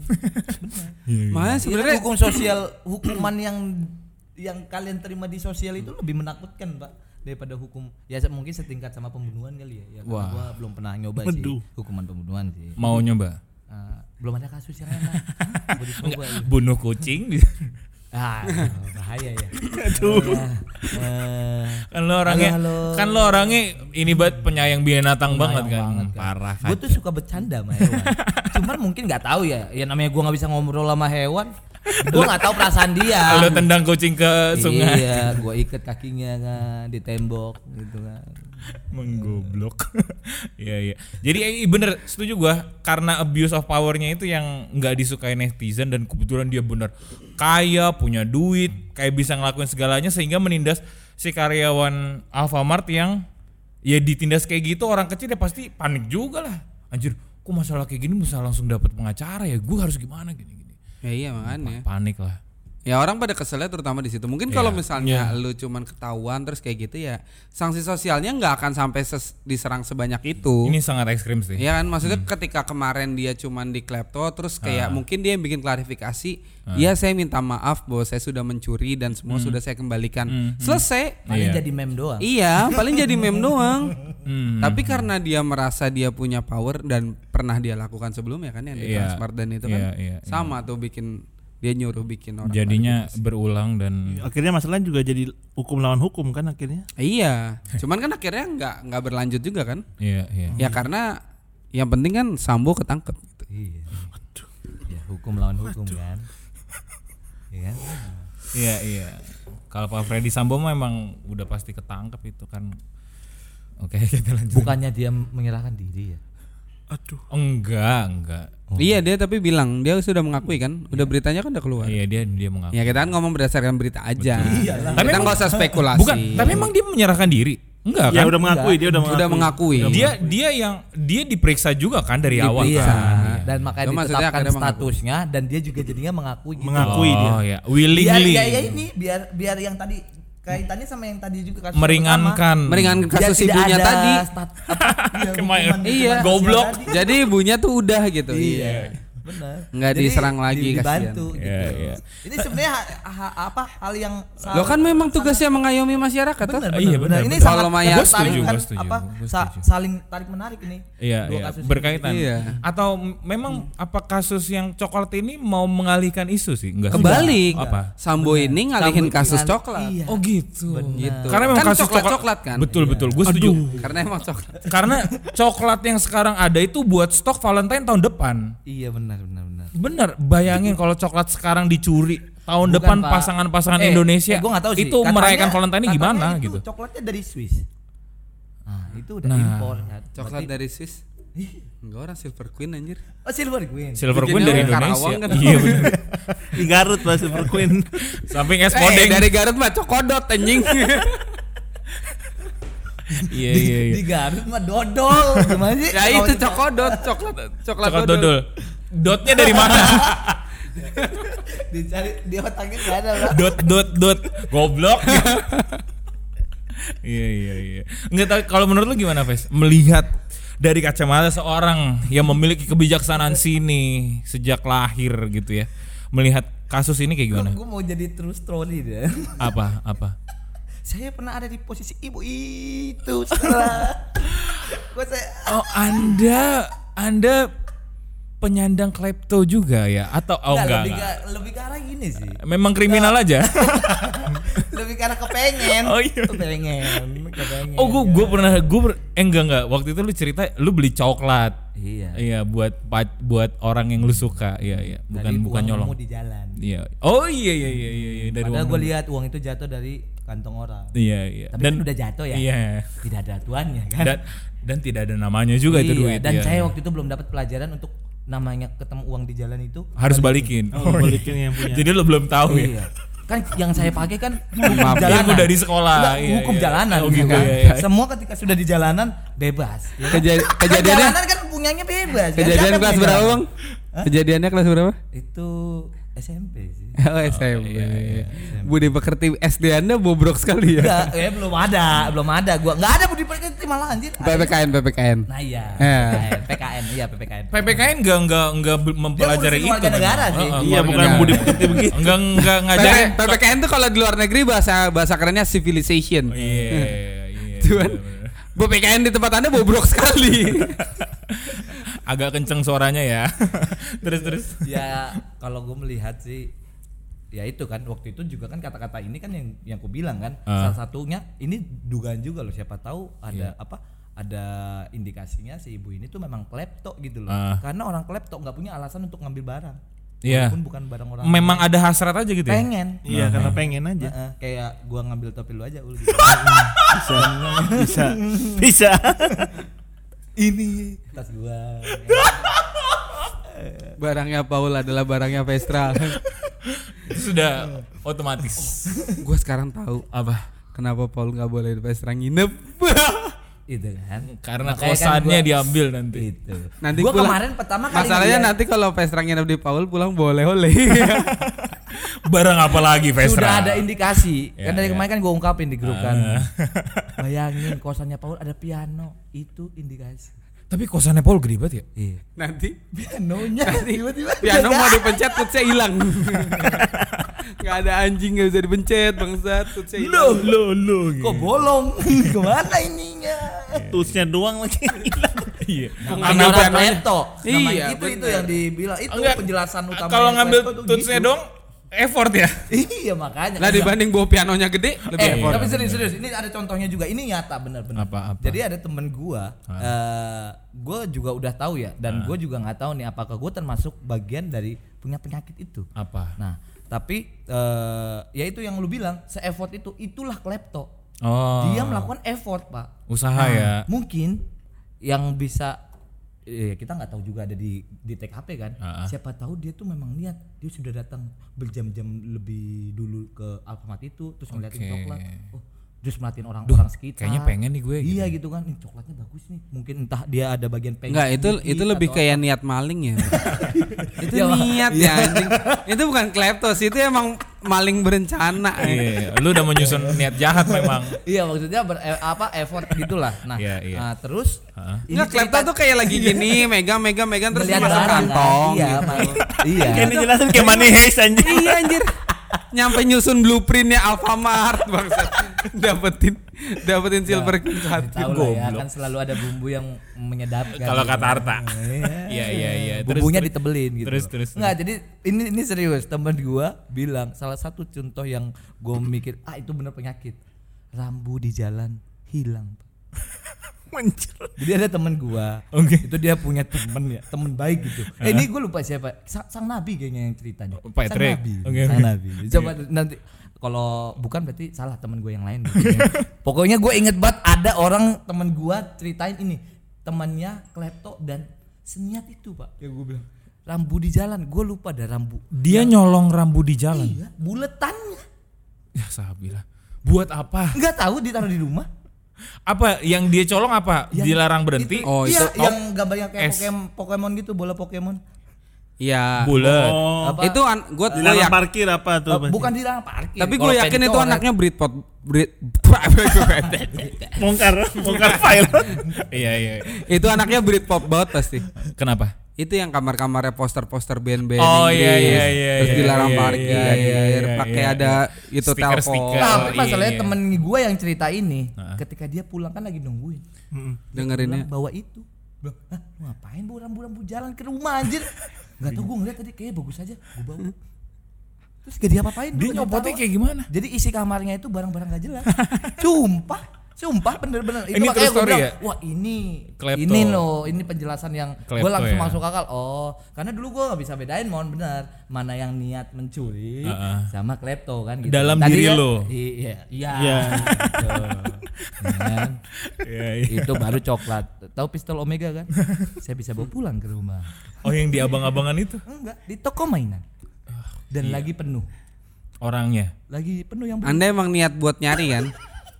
Iya, Makanya Sebenarnya sebenarnya hukum sosial hukuman yang yang kalian terima di sosial itu lebih menakutkan, Pak, daripada hukum ya se- mungkin setingkat sama pembunuhan kali ya. ya karena Wah. gua belum pernah nyoba Aduh. sih hukuman pembunuhan sih. Mau nyoba? Eh, belum ada kasus yang enak. Gua dicoba. ya. Bunuh kucing. di- Ah, bahaya ya. Eh, kan lo orangnya Halo, halo. kan lo orangnya ini banget penyayang binatang banget kan. banget kan. Parah kan. gue tuh suka bercanda sama hewan. Cuman mungkin nggak tahu ya, ya namanya gue nggak bisa ngobrol sama hewan. Gue nggak tahu perasaan dia. Lo tendang kucing ke sungai. Iya, gue ikat kakinya kan di tembok gitu kan. menggoblok iya iya jadi eh, bener setuju gua karena abuse of powernya itu yang nggak disukai netizen dan kebetulan dia bener kaya punya duit kayak bisa ngelakuin segalanya sehingga menindas si karyawan Alfamart yang ya ditindas kayak gitu orang kecil ya pasti panik juga lah anjir kok masalah kayak gini bisa langsung dapat pengacara ya gua harus gimana gini gini ya iya makanya. panik lah Ya orang pada keselnya terutama di situ. Mungkin Iya. kalau misalnya lu cuman ketahuan terus kayak gitu ya sanksi sosialnya nggak akan sampai ses- diserang sebanyak itu. ini sangat ekstrim sih Ya kan maksudnya Hmm. ketika kemarin dia cuman di klepto terus Ah. kayak mungkin dia yang bikin klarifikasi, ya saya minta maaf bahwa saya sudah mencuri dan semua Hmm. sudah saya kembalikan. Iya. Selesai. Paling jadi meme doang. Iya, paling jadi meme doang. Hmm. Tapi karena dia merasa dia punya power dan pernah dia lakukan sebelumnya kan yang di Iya. Transmart dan itu Iya, kan iya, iya. sama tuh bikin dia nyuruh bikin orang. jadinya berulang dan Akhirnya masalah juga jadi hukum lawan hukum kan akhirnya. Iya, cuman kan akhirnya nggak nggak berlanjut juga kan? iya iya Ya karena yang penting kan Sambo ketangkep. Gitu. Iya. Ya hukum lawan hukum kan. Iya. kan? Iya iya. Kalau Pak Freddy Sambo memang udah pasti ketangkep itu kan. Oke kita lanjut. Bukannya dia menyerahkan diri ya? Aduh. Enggak enggak. Iya dia tapi bilang dia sudah mengakui kan? Udah beritanya kan udah keluar. Iya dia dia mengaku. Ya kita kan ngomong berdasarkan berita aja. kita nggak usah spekulasi. Bukan. Tapi emang dia menyerahkan diri. Enggak Ya kan. udah mengakui dia udah mengakui. udah mengakui. Dia dia yang dia diperiksa juga kan dari awal. Iya. Kan? Dan makanya Itu Ah, maksudnya ditetapkan akhirnya mengaku. statusnya dan dia juga jadinya mengakui gitu. Mengakui dia. Oh ya willingly. Biar ya, ya ini biar biar yang tadi kaitannya sama yang tadi juga kasus pertama. Meringankan. Meringankan Biar kasus tidak ibunya ada tadi. stat- apa, ya, Kemarin. hukuman- hukuman Iya. sosial Goblok. tadi. Jadi ibunya tuh udah gitu. Iya. Benar. Nggak Jadi diserang lagi, di- kasihan. dibantu gitu. Iya, iya. Ini sebenarnya ha- ha- apa hal yang Lo kan memang tugasnya mengayomi masyarakat kan? tuh. benar, benar, Iya, benar. benar, Ini benar. sangat Kalau Maya- sangat Gua setuju, saling gua kan, setuju, apa gua sa- setuju. saling tarik menarik ini. Iya, Dua iya. kasus ini. berkaitan. Iya. Atau m- memang apa kasus yang coklat ini mau mengalihkan isu sih? Enggak. sih? Kebalik. Iya. Apa? Sambo ini ngalihin Sambo kasus dengan- coklat. Iya. Oh gitu. Gitu. Karena memang Kan kasus coklat- coklat, coklat kan? Betul betul. Gue setuju. Karena emang coklat. Karena coklat yang sekarang ada itu buat stok Valentine tahun depan. Iya benar benar benar. Bener, bayangin kalau coklat sekarang dicuri tahun Bukan, depan Pak. pasangan-pasangan Eh, Indonesia eh, gua nggak tahu sih. itu Katanya- merayakan Valentine katanya gimana itu gitu. Coklatnya dari Swiss. Nah, itu udah Nah. impor. kan. Coklat dari Swiss. Enggak orang Silver Queen anjir. Oh, Silver Queen. Silver Bikinnya Queen dari orang Indonesia. Karawang kan. Iya bener. Di Garut pas Super Queen. Samping es Eh, podeng. dari Garut mah cokodot anjing. Iya iya iya. Di Garut mah dodol. Gimana sih? ya itu cokodot, coklat coklat, Coklat dodol. Dotnya dari mana? Dicari di otaknya enggak ada, Pak. dot dot dot. Goblok. Iya iya iya. Enggak tahu kalau menurut lu gimana, Fes? Melihat dari kacamata seorang yang memiliki kebijaksanaan sini sejak lahir gitu ya. Melihat kasus ini kayak gimana? Gue mau jadi true story deh. Apa? Apa? Saya pernah ada di posisi ibu itu setelah. Gue saya Oh, Anda Anda penyandang klepto juga ya atau oh Nggak, enggak, lebih, enggak. Ke, lebih ke arah gini sih. Memang kriminal aja. lebih ke arah kepengen. Oh, iya. Kepengen, kepengen. oh, gua gua pernah gua per- eh, enggak enggak. Waktu itu lu cerita lu beli coklat. Iya. Iya buat pa- buat orang yang lu suka. Iya iya. Bukan Tadi bukan uang nyolong. nemu di jalan. Iya. Oh iya iya iya iya iya. Padahal dari uang gue nemu. lihat uang itu jatuh dari kantong orang. Iya iya. Tapi kan udah jatuh ya. Iya. Tidak ada tuannya kan. Dan dan tidak ada namanya juga itu Iya, duit. Dan iya. saya waktu itu belum dapat pelajaran untuk namanya ketemu uang di jalan itu. harus balikin. Oh, balikin yang punya. Jadi lu belum tahu ya. Iya. kan yang saya pakai kan hukum Yang Maaf, jalanan iya. udah di sekolah. Enggak, Iya, hukum iya. jalanan Oh, gitu gitu, kan. iya, iya. semua ketika sudah di jalanan bebas ya kan? Keja- Kan kejadiannya jalanan kan punyanya bebas ya. kejadian Siapa kelas punya berapa jalanan? bang? Kejadiannya kelas berapa? itu SMP sih Oh iya, SMP. Budi pekerti SD anda bobrok sekali ya. Enggak, eh, belum ada, belum ada. Gua enggak ada budi pekerti malah anjir. PPKN PPKN. Nah iya, Eh. PKN, PKN, iya PPKN. PPKN enggak enggak enggak mempelajari ngurusin itu. kan? Oh, warga negara memang. sih. Heeh, Iya, warga bukan negara. budi pekerti begitu. Enggak enggak ngajarin. PP- PPKN tuh kalau di luar negeri bahasa bahasa kerennya civilization. Gitu kan? Iya, iya. Cuman PPKN di tempat anda bobrok sekali. Agak kenceng suaranya ya. terus terus. Ya kalau gue melihat sih ya itu kan waktu itu juga kan kata-kata ini kan yang yang ku bilang kan Ah. Iya. salah satunya ini dugaan juga loh siapa tahu ada apa ada indikasinya si ibu ini tuh memang klepto gitu loh Ah. karena orang klepto nggak punya alasan untuk ngambil barang Iya. walaupun bukan barang orang Memang ada hasrat aja gitu ya. pengen Iya, karena pengen aja. Heeh, kayak gua ngambil topi lu aja ul gitu. Bisa. Bisa. Bisa. ini tas gua barangnya Paul adalah barangnya Vestra. Itu sudah otomatis. Gue sekarang tahu Apa? kenapa Paul nggak boleh di Vestra nginep. itu kan Makanya Karena kan kosannya gua- diambil nanti. itu Nanti gua pulang- kemarin pertama kali Masalahnya ngeliat- nanti kalau Vestra nginep di Paul pulang boleh oleh. Barang apa lagi Vestra? sudah ada indikasi Ya, kan dari ya. kemarin kan gue ungkapin di grup kan bayangin kosannya Paul ada piano itu indikasi Tapi kosannya Paul gede banget ya? iya nanti pianonya tiba-tiba piano ada. mau dipencet tutsnya hilang. Gak ada anjing gak bisa dipencet bangsat tutsnya hilang. Loh, Lo lo. kok bolong kemana ininya Tusnya doang lagi. Iya. Namanya ngambil orang pianonya. klepto Namanya Iya, itu itu bener. yang dibilang itu penjelasan utama Kalau ngambil gitu. tutsnya dong effort ya. iya makanya Lah dibanding bawa pianonya gede lebih Eh, effort. tapi serius-serius, ini ada contohnya juga. Ini nyata benar-benar. Apa, apa? Jadi ada temen gua, eh, gua juga udah tahu ya dan gua juga nggak tahu nih apakah gua termasuk bagian dari punya penyakit itu. Apa? Nah, tapi eh ya itu yang lu bilang, se-effort itu itulah klepto. Oh. Dia Ah. melakukan effort, Pak. Usaha ya. Mungkin yang bisa eh, kita nggak tahu juga ada di di TKP kan. Ah, Siapa tahu dia tuh memang niat, dia sudah datang berjam-jam lebih dulu ke Alfamart itu terus ngeliatin Oke. coklat. Oh, terus melhatin orang-orang sekitar. kayaknya pengen nih gue, Iya gitu, kan. Nih coklatnya bagus nih. Mungkin entah dia ada bagian pengen. Enggak, itu sedikit itu lebih atau- kayak niat maling ya. itu Ya, Pak. niat ya anjing. Itu bukan kleptos, itu emang maling berencana. ya. Iya, lu udah menyusun niat jahat memang. Iya maksudnya ber, eh, apa effort gitulah. Nah, Iya, iya. nah, terus ini Enggak, klepto cerita tuh kayak lagi gini, megang, megang, megang terus melihat masuk barang kantong. kan? Iya, gitu. Pak. iya. Kan dijelasin kayak money heist anjing. iya anjir. Nyampe nyusun blueprintnya Alfamart bangsat. dapetin dapetin silver king satu. Ya. Tahu lah ya, kan selalu ada bumbu yang menyedapkan. Kalau gitu. kata Arta. Iya. Iya iya iya. Terus, Bumbunya terus. ditebelin gitu. terus, loh. terus, terus. Nggak, jadi ini ini serius, teman gua bilang salah satu contoh yang gua mikir, ah itu bener penyakit. Rambu di jalan hilang. Pak. Mencer. Jadi ada teman gua, Oke. itu dia punya temen ya, temen baik gitu. Eh ini gua lupa siapa, sang, sang nabi kayaknya yang ceritanya. Oh, Sang Patrick. nabi, Oke, Iya. sang oke. nabi. Coba nanti kalau bukan berarti salah teman gue yang lain. gitu ya. Pokoknya gue inget banget ada orang temen gua ceritain ini temannya klepto dan seniat itu pak. Ya gue bilang rambu di jalan, gue lupa ada rambu. Dia nyolong rambu di jalan. Iya, buletannya Ya sahabilah. Buat apa? nggak tahu ditaruh di rumah. Apa yang dia colong apa? Yang Dilarang berhenti. Itu, Oh, iya, itu- yang gambarnya kayak S. Pokemon, Pokemon gitu, bola Pokemon. Iya. Bulat. Oh. Apa- Itu an- gua gua Dilarang yakin. parkir apa tuh? Eh, Bang? bukan di dalam parkir. Tapi Kalau gue yakin gitu pengen itu orang- anaknya Britpop Brit Bongkar, bongkar file. iya iya. itu anaknya Britpop banget pasti. Kenapa? Itu yang kamar-kamarnya poster-poster band-band Oh, iya, Inggris, iya, iya, Terus iya, dilarang iya, parkir iya, iya, iya, Pakai iya. ada itu Stiker-stiker. telepon Nah, Tapi Iya, masalahnya iya. temen gue yang cerita ini, ketika dia pulang kan lagi nungguin. Dengerinnya Pulang Iya. bawa itu. Bro, Hah, lu ngapain bawa rambu-rambu jalan ke rumah anjir? Gak tau gue ngeliat tadi kayaknya bagus aja, gue bawa. Terus gak diapa-apain. Dia dulu, gak nyopotnya tahu. kayak gimana? Nah. Jadi isi kamarnya itu barang-barang gak jelas. Sumpah, sumpah bener-bener. Itu Ini makanya true gue story bilang, ya? wah ini, Klepto. ini loh, ini penjelasan yang gue Klepto langsung ya? masuk akal. Oh, karena dulu gue gak bisa bedain, mohon benar mana yang niat mencuri sama klepto kan gitu. Dalam diri ya- lo. Iya, iya. Iya. gitu. Ya kan? Iya iya. itu baru coklat. Tahu pistol Omega kan? Saya bisa bawa pulang ke rumah. Oh yang di abang-abangan itu. Iya. Enggak, di toko mainan. Dan lagi penuh. orangnya. lagi penuh yang Anda emang niat buat nyari kan?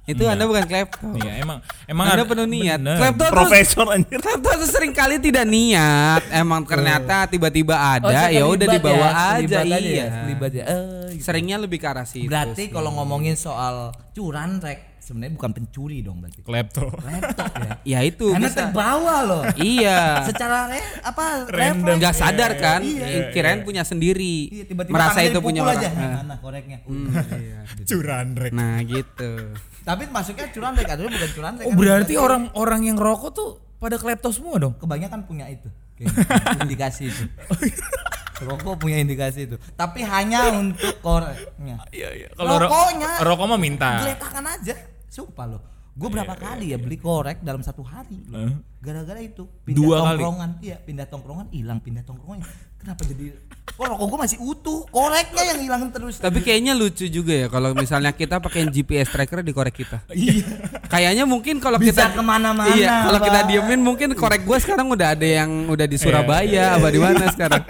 itu Anda bukan klepto. Iya, emang emang Anda ada- penuh niat. bener. Klepto tuh Profesor anjir. Klepto tuh sering kali tidak niat. Emang ternyata tiba-tiba Oh, ada, ya udah terlibat dibawa aja terlibat ya, iya. terlibat ya. Eh, gitu. Seringnya lebih ke arah situ. berarti kalau ngomongin soal curan rek sebenarnya bukan pencuri dong berarti klepto. laptop ya Ya itu karena bisa. terbawa loh Iya. secara re, apa Random. refleks. Enggak sadar kan? Iya, Kirain punya sendiri. Iya, tiba-tiba Merasa tangannya itu punya dipukul orang. aja. Nah, Nah, koreknya iya. Curandrek. Nah, gitu. tapi masuknya curan rek artinya bukan curan rek Oh, kan berarti orang-orang yang rokok tuh pada klepto semua dong. kebanyakan punya itu kayaknya. indikasi itu rokok punya indikasi itu tapi hanya untuk koreknya Iya, iya. ro- Rokoknya. rokok mah minta. geletakan aja sumpah lo gue berapa kali ya beli korek dalam satu hari loh. gara-gara itu pindah Dua kali? tongkrongan iya pindah tongkrongan hilang pindah tongkrongan kenapa jadi kok rokok gue masih utuh koreknya yang hilang terus Tapi kayaknya lucu juga ya kalau misalnya kita pakai GPS tracker di korek kita. iya Kayaknya mungkin kalau Bisa kita kemana-mana, Iya, kalau kita Pak. diemin mungkin korek gua sekarang udah ada yang udah di Surabaya apa di mana sekarang.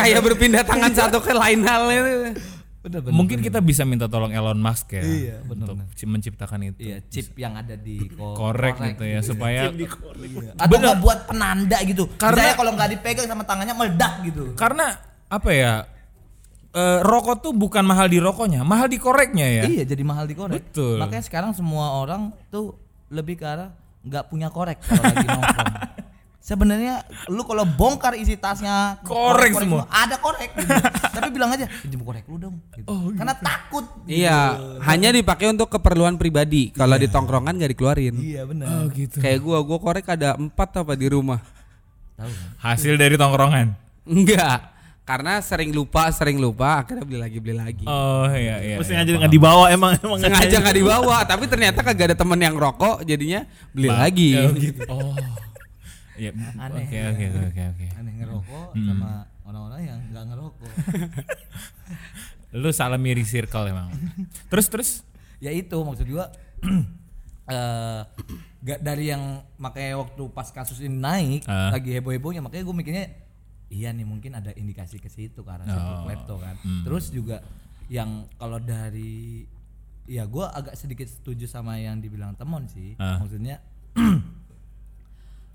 Kayak berpindah tangan satu ke lain hal itu. Mungkin kita bisa minta tolong Elon Musk ya Iya, untuk menciptakan itu. iya chip yang ada di ko- Korek, gitu ya supaya atau nggak buat penanda gitu Karena- saya kalau nggak dipegang sama tangannya meledak gitu karena apa ya? eh, rokok tuh bukan mahal di rokoknya, mahal di koreknya ya. iya jadi mahal di korek Betul. makanya sekarang semua orang tuh lebih ke arah nggak punya korek kalau lagi nongkrong sebenarnya lu kalau bongkar isi tasnya Korek semua. ada korek gitu. tapi bilang aja pinjam korek lu dong gitu. Oh, karena takut Iya, hanya dipakai untuk keperluan pribadi. Kalau di tongkrongan gak dikeluarin. iya benar Oh gitu. Kayak gua, gua korek ada empat apa di rumah. tahu kan? Hasil dari tongkrongan. Enggak, karena sering lupa, sering lupa, akhirnya beli lagi, beli lagi. Oh iya iya. Mesti iya, ngajarin paham. nggak dibawa emang emang Sengaja nggak dibawa, tapi ternyata kagak ada temen yang rokok, jadinya beli lagi. Oh gitu. Oh. Iya. Aneh. Oke oke oke oke. aneh ngerokok Hmm. sama orang-orang yang nggak ngerokok Lu salah mirip circle emang. Terus terus ya itu maksud gua eh gak dari yang makanya waktu pas kasus ini naik Ah. lagi heboh hebohnya makanya gue mikirnya iya nih mungkin ada indikasi ke situ karena situ Oh. klepto kan terus juga yang kalau dari ya gua agak sedikit setuju sama yang dibilang temon sih Ah. maksudnya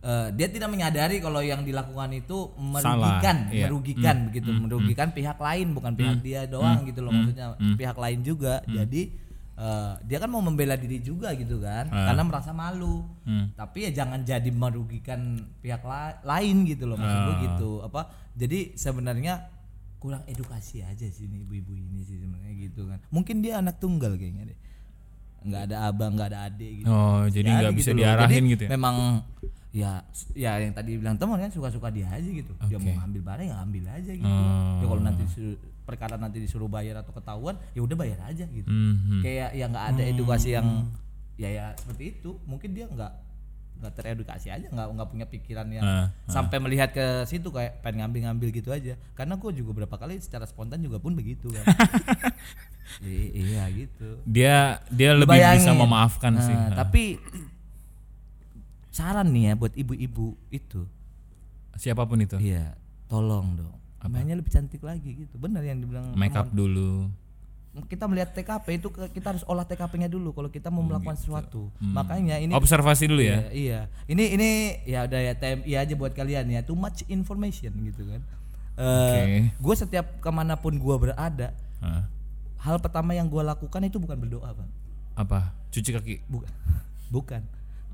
eh, dia tidak menyadari kalau yang dilakukan itu Salah, merugikan, iya. merugikan begitu, merugikan Hmm. pihak lain bukan pihak dia doang gitu loh maksudnya pihak lain juga. Hmm. Jadi eh, dia kan mau membela diri juga gitu kan, Ah. karena merasa malu. Hmm. Tapi ya jangan jadi merugikan pihak la- lain gitu loh maksud Ah. gue gitu. Apa? Jadi sebenarnya kurang edukasi aja sih nih ibu-ibu ini sih sebenarnya gitu kan. Mungkin dia anak tunggal kayaknya deh. nggak ada abang, nggak ada adik gitu oh jadi jadi nggak bisa loh. diarahin Jadi gitu ya. Memang ya ya yang tadi bilang teman kan suka-suka dia aja gitu. Dia Oke. mau ambil barang ya ambil aja gitu. Oh. Ya kalau nanti disuruh- perkara nanti disuruh bayar atau ketahuan ya udah bayar aja gitu. Mhm. Hmm. Kayak ya nggak ada edukasi yang ya ya seperti itu. Mungkin dia nggak nggak teredukasi aja nggak nggak punya pikiran yang Ah, sampai melihat ke situ kayak pengen ngambil-ngambil gitu aja karena gue juga berapa kali secara spontan juga pun begitu kan I- iya gitu Dia dia lebih bisa Bayangin. memaafkan Nah, sih. Tapi saran nih ya buat ibu-ibu itu, Siapapun itu. iya tolong dong. Mainnya lebih cantik lagi gitu. Benar yang dibilang. Make up dulu. Kita melihat TKP itu ke- kita harus olah TKP-nya dulu kalau kita Oh, mau melakukan sesuatu. Makanya ini Observasi dulu gitu. Hmm. ya. Iya, iya. Ini ini ya udah ya TMI aja buat kalian ya. Too much information gitu kan. Gue setiap kemanapun gue berada, Hah? hal pertama yang gue lakukan itu bukan berdoa bang. Apa? Cuci kaki. Bukan. Bukan.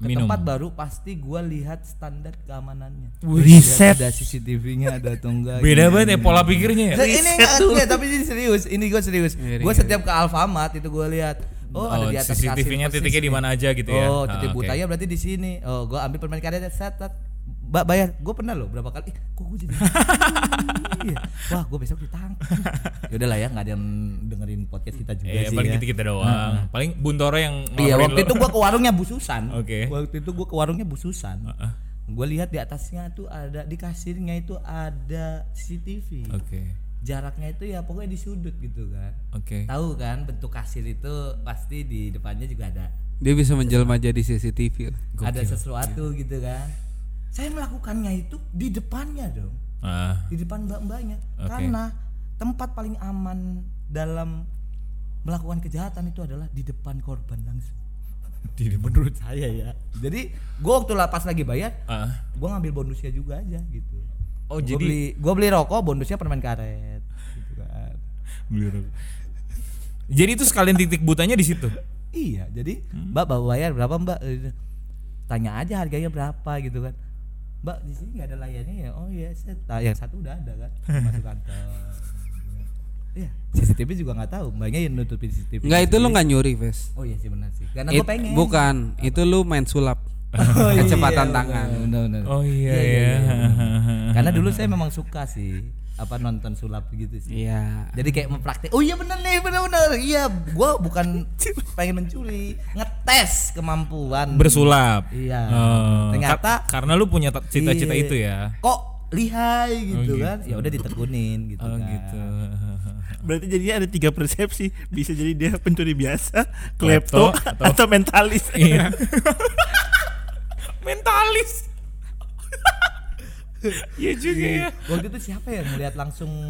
Ke Minum. tempat baru pasti gua lihat standar keamanannya. Riset. Ada CCTV-nya ada atau enggak. Beda gitu. banget ya pola pikirnya Nah, ya. ini enggak, enggak, tapi ini serius. Ini gua serius. Gua setiap ke Alfamart itu gua lihat oh, ada di atas kasir CCTV-nya persis titiknya di nih. mana aja gitu ya. Oh, Ah, titik oke. butanya berarti di sini. Oh, gua ambil permen karetnya set set. Mbak bayar, gue pernah loh berapa kali. Ih, kok gue jadi. Iya. Wah, gue besok ditangkap. Yaudah lah ya, nggak ada yang dengerin podcast kita juga Iya, sih. paling ya. kita kita doang. Paling Buntoro yang Iya ngelaporin waktu lu. itu gua ke warungnya Bu Susan. Oke. Waktu itu gua ke warungnya Bu Susan. Gua lihat di atasnya tuh ada di kasirnya itu ada CCTV. Oke. Jaraknya itu ya pokoknya di sudut gitu kan. Oke. Tahu kan bentuk kasir itu pasti di depannya juga ada Dia bisa menjelma jadi CCTV. ada Iya. sesuatu gitu kan. Saya melakukannya itu di depannya dong. Ah, Di depan mbak-mbaknya. Karena tempat paling aman dalam melakukan kejahatan itu adalah di depan korban langsung. Jadi menurut Saya ya. Jadi gue waktu lah pas lagi bayar, Ah. gue ngambil bonusnya juga aja gitu. Oh, Gua beli, jadi- gue beli rokok, bonusnya permen karet. Gitu kan. beli rokok. Jadi itu sekalian titik butanya di situ. Iya, jadi Hmm. Mbak bawa bayar berapa Mbak? Eh, Tanya aja harganya berapa gitu kan. Mbak di sini nggak ada layarnya ya? Oh iya, set. Nah, yang satu udah ada kan masuk kantor. Iya, CCTV juga nggak tahu. Mbaknya yang nutupin CCTV. Enggak itu lu nggak nyuri, Ves. Oh iya sih benar sih. Karena It- gue pengen. Bukan, itu lu main sulap. Oh, iya, Kecepatan benar, tangan. benar, benar. Oh, iya, ya. benar. Karena dulu saya memang suka sih apa nonton sulap gitu sih. Iya. Jadi kayak mempraktek. Oh iya bener nih, bener-bener. Iya, gua bukan pengen mencuri, ngetes kemampuan. Bersulap. Iya. Oh. Ternyata- Ka- karena lu punya ta- cita-cita Iya. itu ya. Kok lihai gitu, Oh, gitu. kan? Ya udah ditekunin gitu Oh kan. gitu. Berarti jadinya ada tiga persepsi. Bisa jadi dia pencuri biasa, klepto, Klepto, atau- atau, mentalis. Iya. Mentalis. Iya juga ya. Waktu itu siapa ya melihat langsung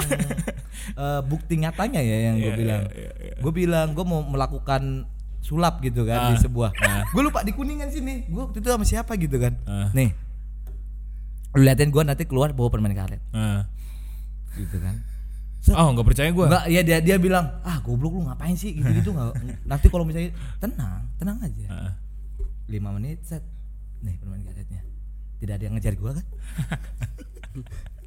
eh, bukti nyatanya ya yang gue Iya, bilang. iya, Gue bilang gue mau melakukan sulap gitu kan di Ah, sebuah. Gue lupa di kuningan sini. Gue waktu itu sama siapa gitu kan. Ah. Nih, lu liatin gue nanti keluar bawa permen karet Ah. gitu kan. Oh nggak percaya gue. Enggak, ya dia dia bilang, "Ah, goblok lu ngapain sih gitu-gitu nggak- Nanti kalau misalnya tenang, tenang aja. Ah. 5 menit set. Nih permen karetnya. Tidak ada yang ngejar gua kan?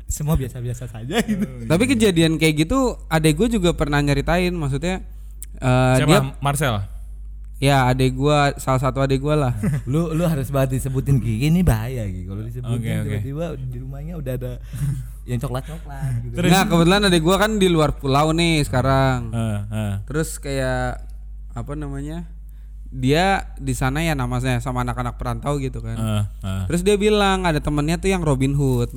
Semua biasa-biasa saja gitu. Iya. Tapi kejadian kayak gitu adek gue juga pernah nyeritain maksudnya Ah, eh, Siapa? dia Marcel. ya adek gue salah satu adek gue lah. lu lu harus banget disebutin gigi ini bahaya gitu. Kalau disebutin Oke, oke. tiba-tiba di rumahnya udah ada yang coklat-coklat gitu. Terus? Nah, kebetulan adek gue kan di luar pulau nih sekarang. Hmm. Ah, ah. Terus kayak apa namanya? Dia di sana ya namanya sama anak-anak perantau gitu kan. Ah, ah. Terus dia bilang ada temennya tuh yang Robin Hood.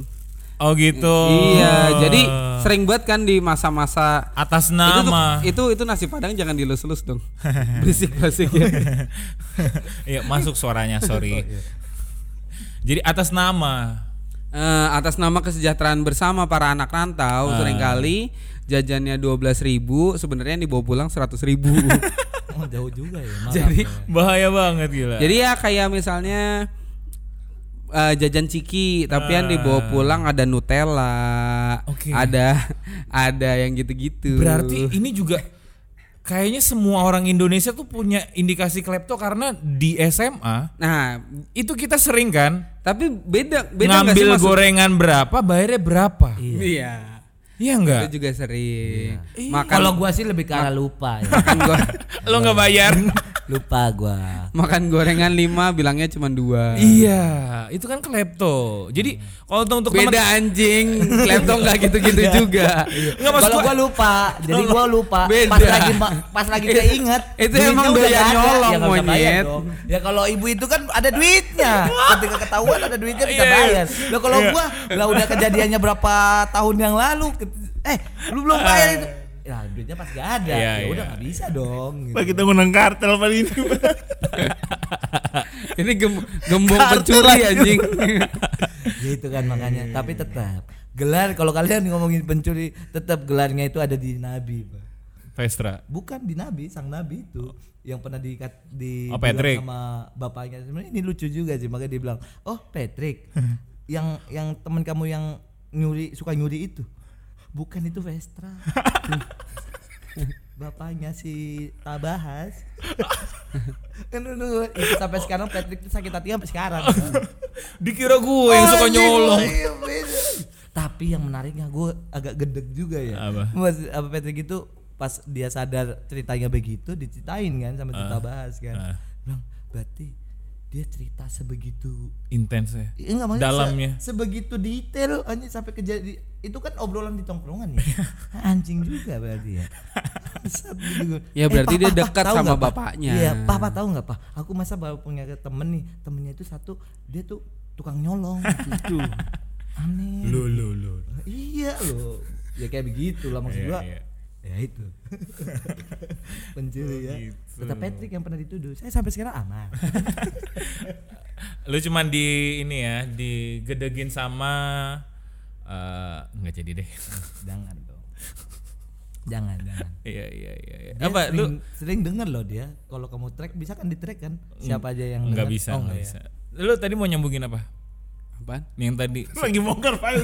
Oh gitu. Iya, jadi sering banget kan di masa-masa atas itu, tuh- nama. itu itu nasi padang jangan dilus-lus dong. Berisik-berisik ya. Iya masuk suaranya Oh, sorry. iya. Jadi atas nama. Eh, atas nama kesejahteraan bersama para anak Ah. rantau seringkali jajannya 12.000 sebenarnya yang dibawa pulang 100.000. Oh, jauh juga ya. Maaf. Jadi Bahaya banget gila. Iya. Jadi ya kayak misalnya eh, jajan ciki, tapi yang dibawa pulang ada Nutella, Ah. Oke. ada ada yang gitu-gitu. Berarti ini juga kayaknya semua orang Indonesia tuh punya indikasi klepto karena di SMA nah, itu kita sering kan tapi beda beda nggak ngambil maksud- gorengan berapa, bayarnya berapa. Iya. Iya Itu enggak? juga sering. Makan Kalau gua sih lebih ke arah lupa ya. makan go- Lo nggak bayar. Lupa gua. makan gorengan 5 bilangnya cuma dua. iya, itu kan klepto. Jadi kalau untuk untuk teman Hmm. Beda anjing, laptop nggak gitu-gitu juga. Nggak, maksud Kalau gua- Iya. gua lupa, jadi gua lupa. Beda. Pas lagi ma- pas lagi keinget. Itu duitnya emang udah nggak doyan ada. Ya, nyolong, nggak usah bayar monyet. dong. Ya kalau ibu itu kan ada duitnya. Ketika ketahuan ada duitnya bisa Iya. bayar. Lah kalau gua lah udah kejadiannya berapa tahun yang lalu. ke- Eh, lu belum bayar itu. Ya duitnya pas gak ada. Ah. Iya, ya udah iya. nggak bisa dong. gitu. Pak kita menang kartel paling ini. Ini gem- gembong Kartu pencuri lagi. anjing. gitu kan makanya. Tapi tetap gelar kalau kalian ngomongin pencuri tetap gelarnya itu ada di Nabi, Pak. Vestra. bukan di nabi sang nabi itu yang pernah dikat di Oh, bilang Patrick. sama bapaknya sebenarnya ini lucu juga sih makanya dia bilang oh Patrick yang yang teman kamu yang nyuri suka nyuri itu bukan itu Vestra bapaknya si Tabahas kan dulu itu sampai sekarang Patrick itu sakit hati sampai sekarang Dikira gue yang suka nyolong. Iya, beda. Tapi yang menariknya gue agak gedeg juga ya. Apa? Mas apa Patrick itu pas dia sadar ceritanya begitu diceritain kan sama Ah. cerita bahas kan. Bilang, berarti dia cerita sebegitu Intens ya. Ya, enggak maksudnya se- Dalamnya. sebegitu detail anjing sampai kejadian itu kan obrolan di tongkrongan ya. anjing juga berarti ya. Bangsat gitu gua. Ya, berarti Pak, dia Pak, Pak, dekat tahu sama nggak, Pak? bapaknya. Iya, papa tahu nggak pak? Aku masa baru punya temen nih, temennya itu satu dia tuh tukang nyolong gitu. Aneh. Lo lo lo. Iya loh. Ya kayak begitu lah maksud Iya, gua. iya. Oh, Ya itu. Pencuri ya. gitu. Tetap Patrick yang pernah dituduh. Saya sampai sekarang aman. Lu cuman di ini ya, digedegin sama eh nggak jadi deh. Jangan dong. jangan jangan Iya iya iya. iya. Dia Apa sering, lu sering denger loh dia kalau kamu track bisa kan di track kan siapa aja yang denger? nggak bisa Oh, nggak iya. nggak ya. bisa. Lu tadi mau nyambungin apa? Apaan? Yang tadi lagi bongkar file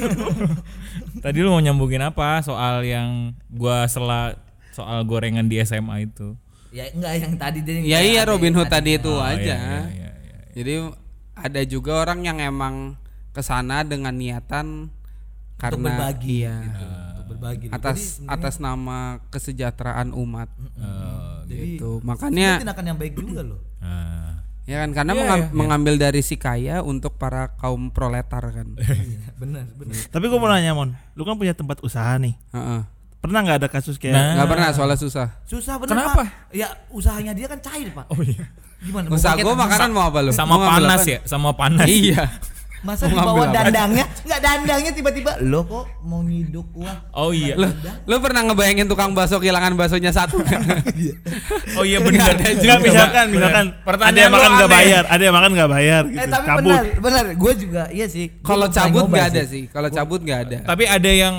tadi lu mau nyambungin apa soal yang gua sela soal gorengan di SMA itu. ya enggak yang tadi dia yang Ya kayak iya ada Robin yang Hood tadi itu Oh, aja. iya, iya, iya, iya. Jadi ada juga orang yang emang kesana dengan niatan karena untuk berbagi iya, gitu, untuk berbagi Jadi atas sebenarnya- atas nama kesejahteraan umat Oh, Eh, jadi Iya. gitu. sebenarnya Makanya tindakan yang baik juga loh ah. ya kan karena Iya, mengam- iya, iya. mengambil dari si kaya untuk para kaum proletar kan. iya benar benar tapi gue mau nanya mon lu kan punya tempat usaha nih Heeh. pernah nggak ada kasus kayak Nah. Nggak pernah soalnya susah. susah benar Pak. Kenapa? ya usahanya dia kan cair pak Oh iya. gimana mau Usaha pakai gua tangan? makanan mau apa lu? Sama Mau ngambil panas apa? ya, sama panas. Iya. masa Mau dibawa ngambil apa? dandangnya nggak dandangnya tiba-tiba lo kok mau nyiduk kuah Oh iya. Lu, lu pernah ngebayangin tukang bakso kehilangan baksonya satu nggak? Oh iya benar. Nggak ada juga. Nggak, misalkan Benar. misalkan ada Pertanyaan yang makan lu nggak aneh. bayar ada yang makan nggak bayar gitu eh tapi kabur benar benar gue juga iya sih Gua Kalau pernah cabut nyoba nggak ada sih. Kalau cabut nggak ada. Tapi ada yang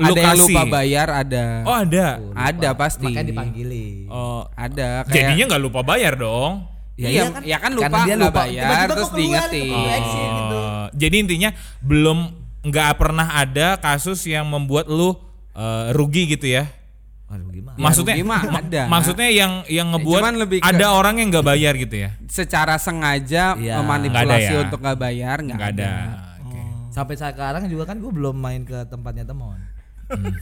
lu Ada yang kasih. lupa bayar ada. Oh ada. Ada pasti. makanya dipanggilin Oh, Ada kayak jadinya nggak lupa bayar dong. Ya, Iya iya, kan? ya kan Karena lupa dia nggak lupa. bayar Tiba-tiba terus kok keluar diingetin. gitu. Reaksi gitu. Oh, Jadi intinya belum nggak pernah ada kasus yang membuat lu eh, rugi gitu ya. aduh gimana Maksudnya Ya, rugi mah ma- ada. Maksudnya yang yang ngebuat Cuman lebih ke- ada orang yang nggak bayar gitu ya. Secara sengaja Iya. memanipulasi Nggak ada ya. untuk nggak bayar nggak Nggak ada. ada. Oh. Oke. sampai sekarang juga kan gue belum main ke tempatnya temon Hmm.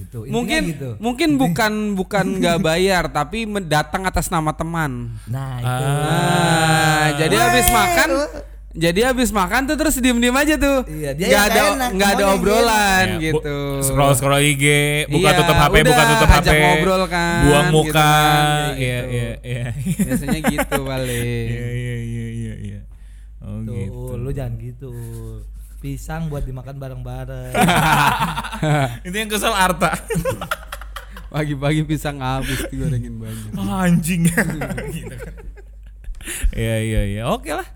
gitu intinya Mungkin gitu. mungkin bukan bukan nggak bayar tapi mendatang atas nama teman. nah Ah, itu Nah, jadi habis makan jadi habis makan tuh terus diem-diem aja tuh. Iya, dia nggak yang ada enak, nggak ada temennya yang obrolan Ya, bu- gitu. Scroll scroll IG, buka Iya, tutup HP, buka udah, tutup HP. ajak ngobrol kan, Buang gitu muka. kan, kayak Iya gitu. iya iya. Biasanya gitu paling. Iya iya iya iya iya. Oh Tuh, gitu. lu jangan gitu. Pisang buat dimakan bareng-bareng. Itu yang kesel Arta. Pagi-pagi pisang habis digorengin banyak. oh, anjing. gitu kan. Iya iya iya. Oke lah.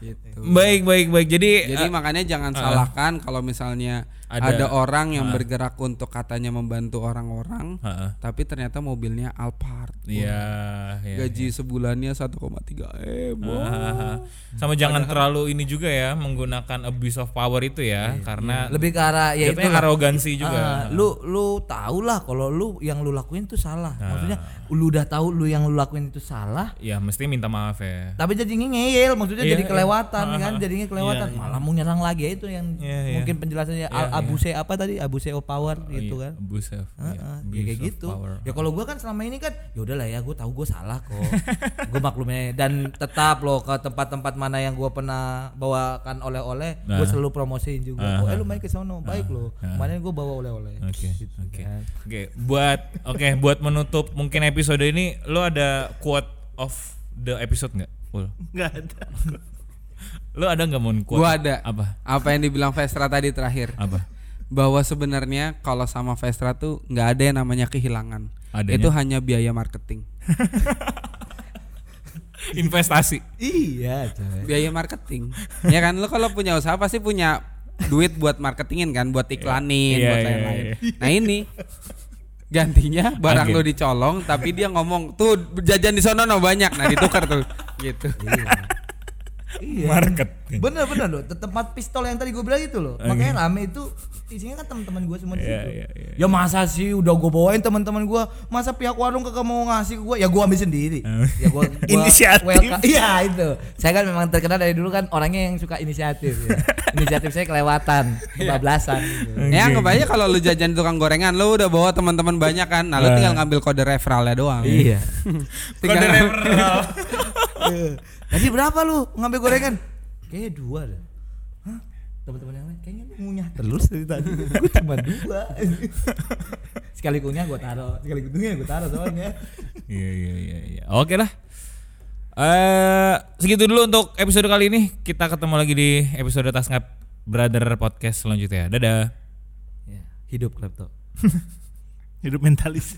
Gitu. Baik baik baik. Jadi, eh, Jadi makanya jangan salahkan kalau misalnya Ada- Eh. ada, orang yang bergerak untuk katanya membantu orang-orang, Heeh. tapi ternyata mobilnya Alphard. Eh. Iya iya. Gaji sebulannya 1,3 m. Ah, sama jangan terlalu ini juga ya menggunakan abuse of power itu ya Iya, karena Lebih ke arah ya itu jatuhnya arogansi juga. Ah, lu lu tau lah kalau lu yang lu lakuin itu salah. Ah. Maksudnya lu udah tahu lu yang lu lakuin itu salah, ya mesti minta maaf ya. tapi jadinya ngeyel, maksudnya Iya, jadi iya. kelewatan Ah, kan, ah. jadinya kelewatan. Iya, iya. Malah mau nyerang lagi ya itu yang Iya, iya. mungkin penjelasannya al- abuse apa tadi? Abuse of power gitu kan. Iya, Abuse of, Heeh, ya, ya abuse kayak of gitu. power. Ya kalau gua kan selama ini kan ya udahlah ya gua tahu gua salah kok. gua maklumnya dan tetap loh ke tempat-tempat mana yang gua pernah bawakan oleh-oleh, gua Nah. selalu promosiin juga. Oh, eh lu main ke sono, baik loh. Kemarin gua bawa oleh-oleh. Oke, Gitu oke. kan. Oke, buat oke buat menutup mungkin episode ini lo ada quote of the episode nggak? Ul? nggak ada Lo ada nggak mau quote? Gua ada. Apa? Apa yang dibilang Vestra tadi terakhir? Apa? Bahwa sebenarnya kalau sama Vestra tuh nggak ada yang namanya kehilangan. Adanya? Itu hanya biaya marketing. Investasi. Iya, coy. biaya marketing ya kan lo kalau punya usaha pasti punya duit buat marketingin kan buat iklanin Iya, buat iya, lain-lain iya. nah ini gantinya barang Agen. lo dicolong tapi dia ngomong tuh jajan di sono no banyak nah ditukar tuh gitu Iya. Marketing. Bener-bener loh, te- tempat pistol yang tadi gua bilang itu loh. Makanya rame itu isinya kan teman-teman gua semua di Oh, Iya, situ. iya, iya. Ya masa sih udah gua bawain teman-teman gua, masa pihak warung kagak mau ngasih ke gua? Ya gua ambil sendiri. Oh. ya gua, gua Inisiatif. welcome- Iya, itu. Saya kan memang terkenal dari dulu kan orangnya yang suka inisiatif ya. inisiatif saya kelewatan, kebablasan gitu. Oh, ya kebanyakan kalau lo jajan di tukang gorengan lo udah bawa teman-teman banyak kan nah lo tinggal ngambil kode referralnya doang Iya. tinggal Eh, Tadi berapa lu ngambil gorengan? Kayaknya dua dah. Hah? Teman-teman yang lain kayaknya lu ngunyah terus dari tadi. Gue cuma dua. sekali kunyah gue taruh, sekali kunyah gue taruh soalnya. Iya iya iya iya. Oke lah. Eh segitu dulu untuk episode kali ini. Kita ketemu lagi di episode Tasngap Brother Podcast Iya, selanjutnya. Dadah. Ya, hidup klepto. hidup mentalis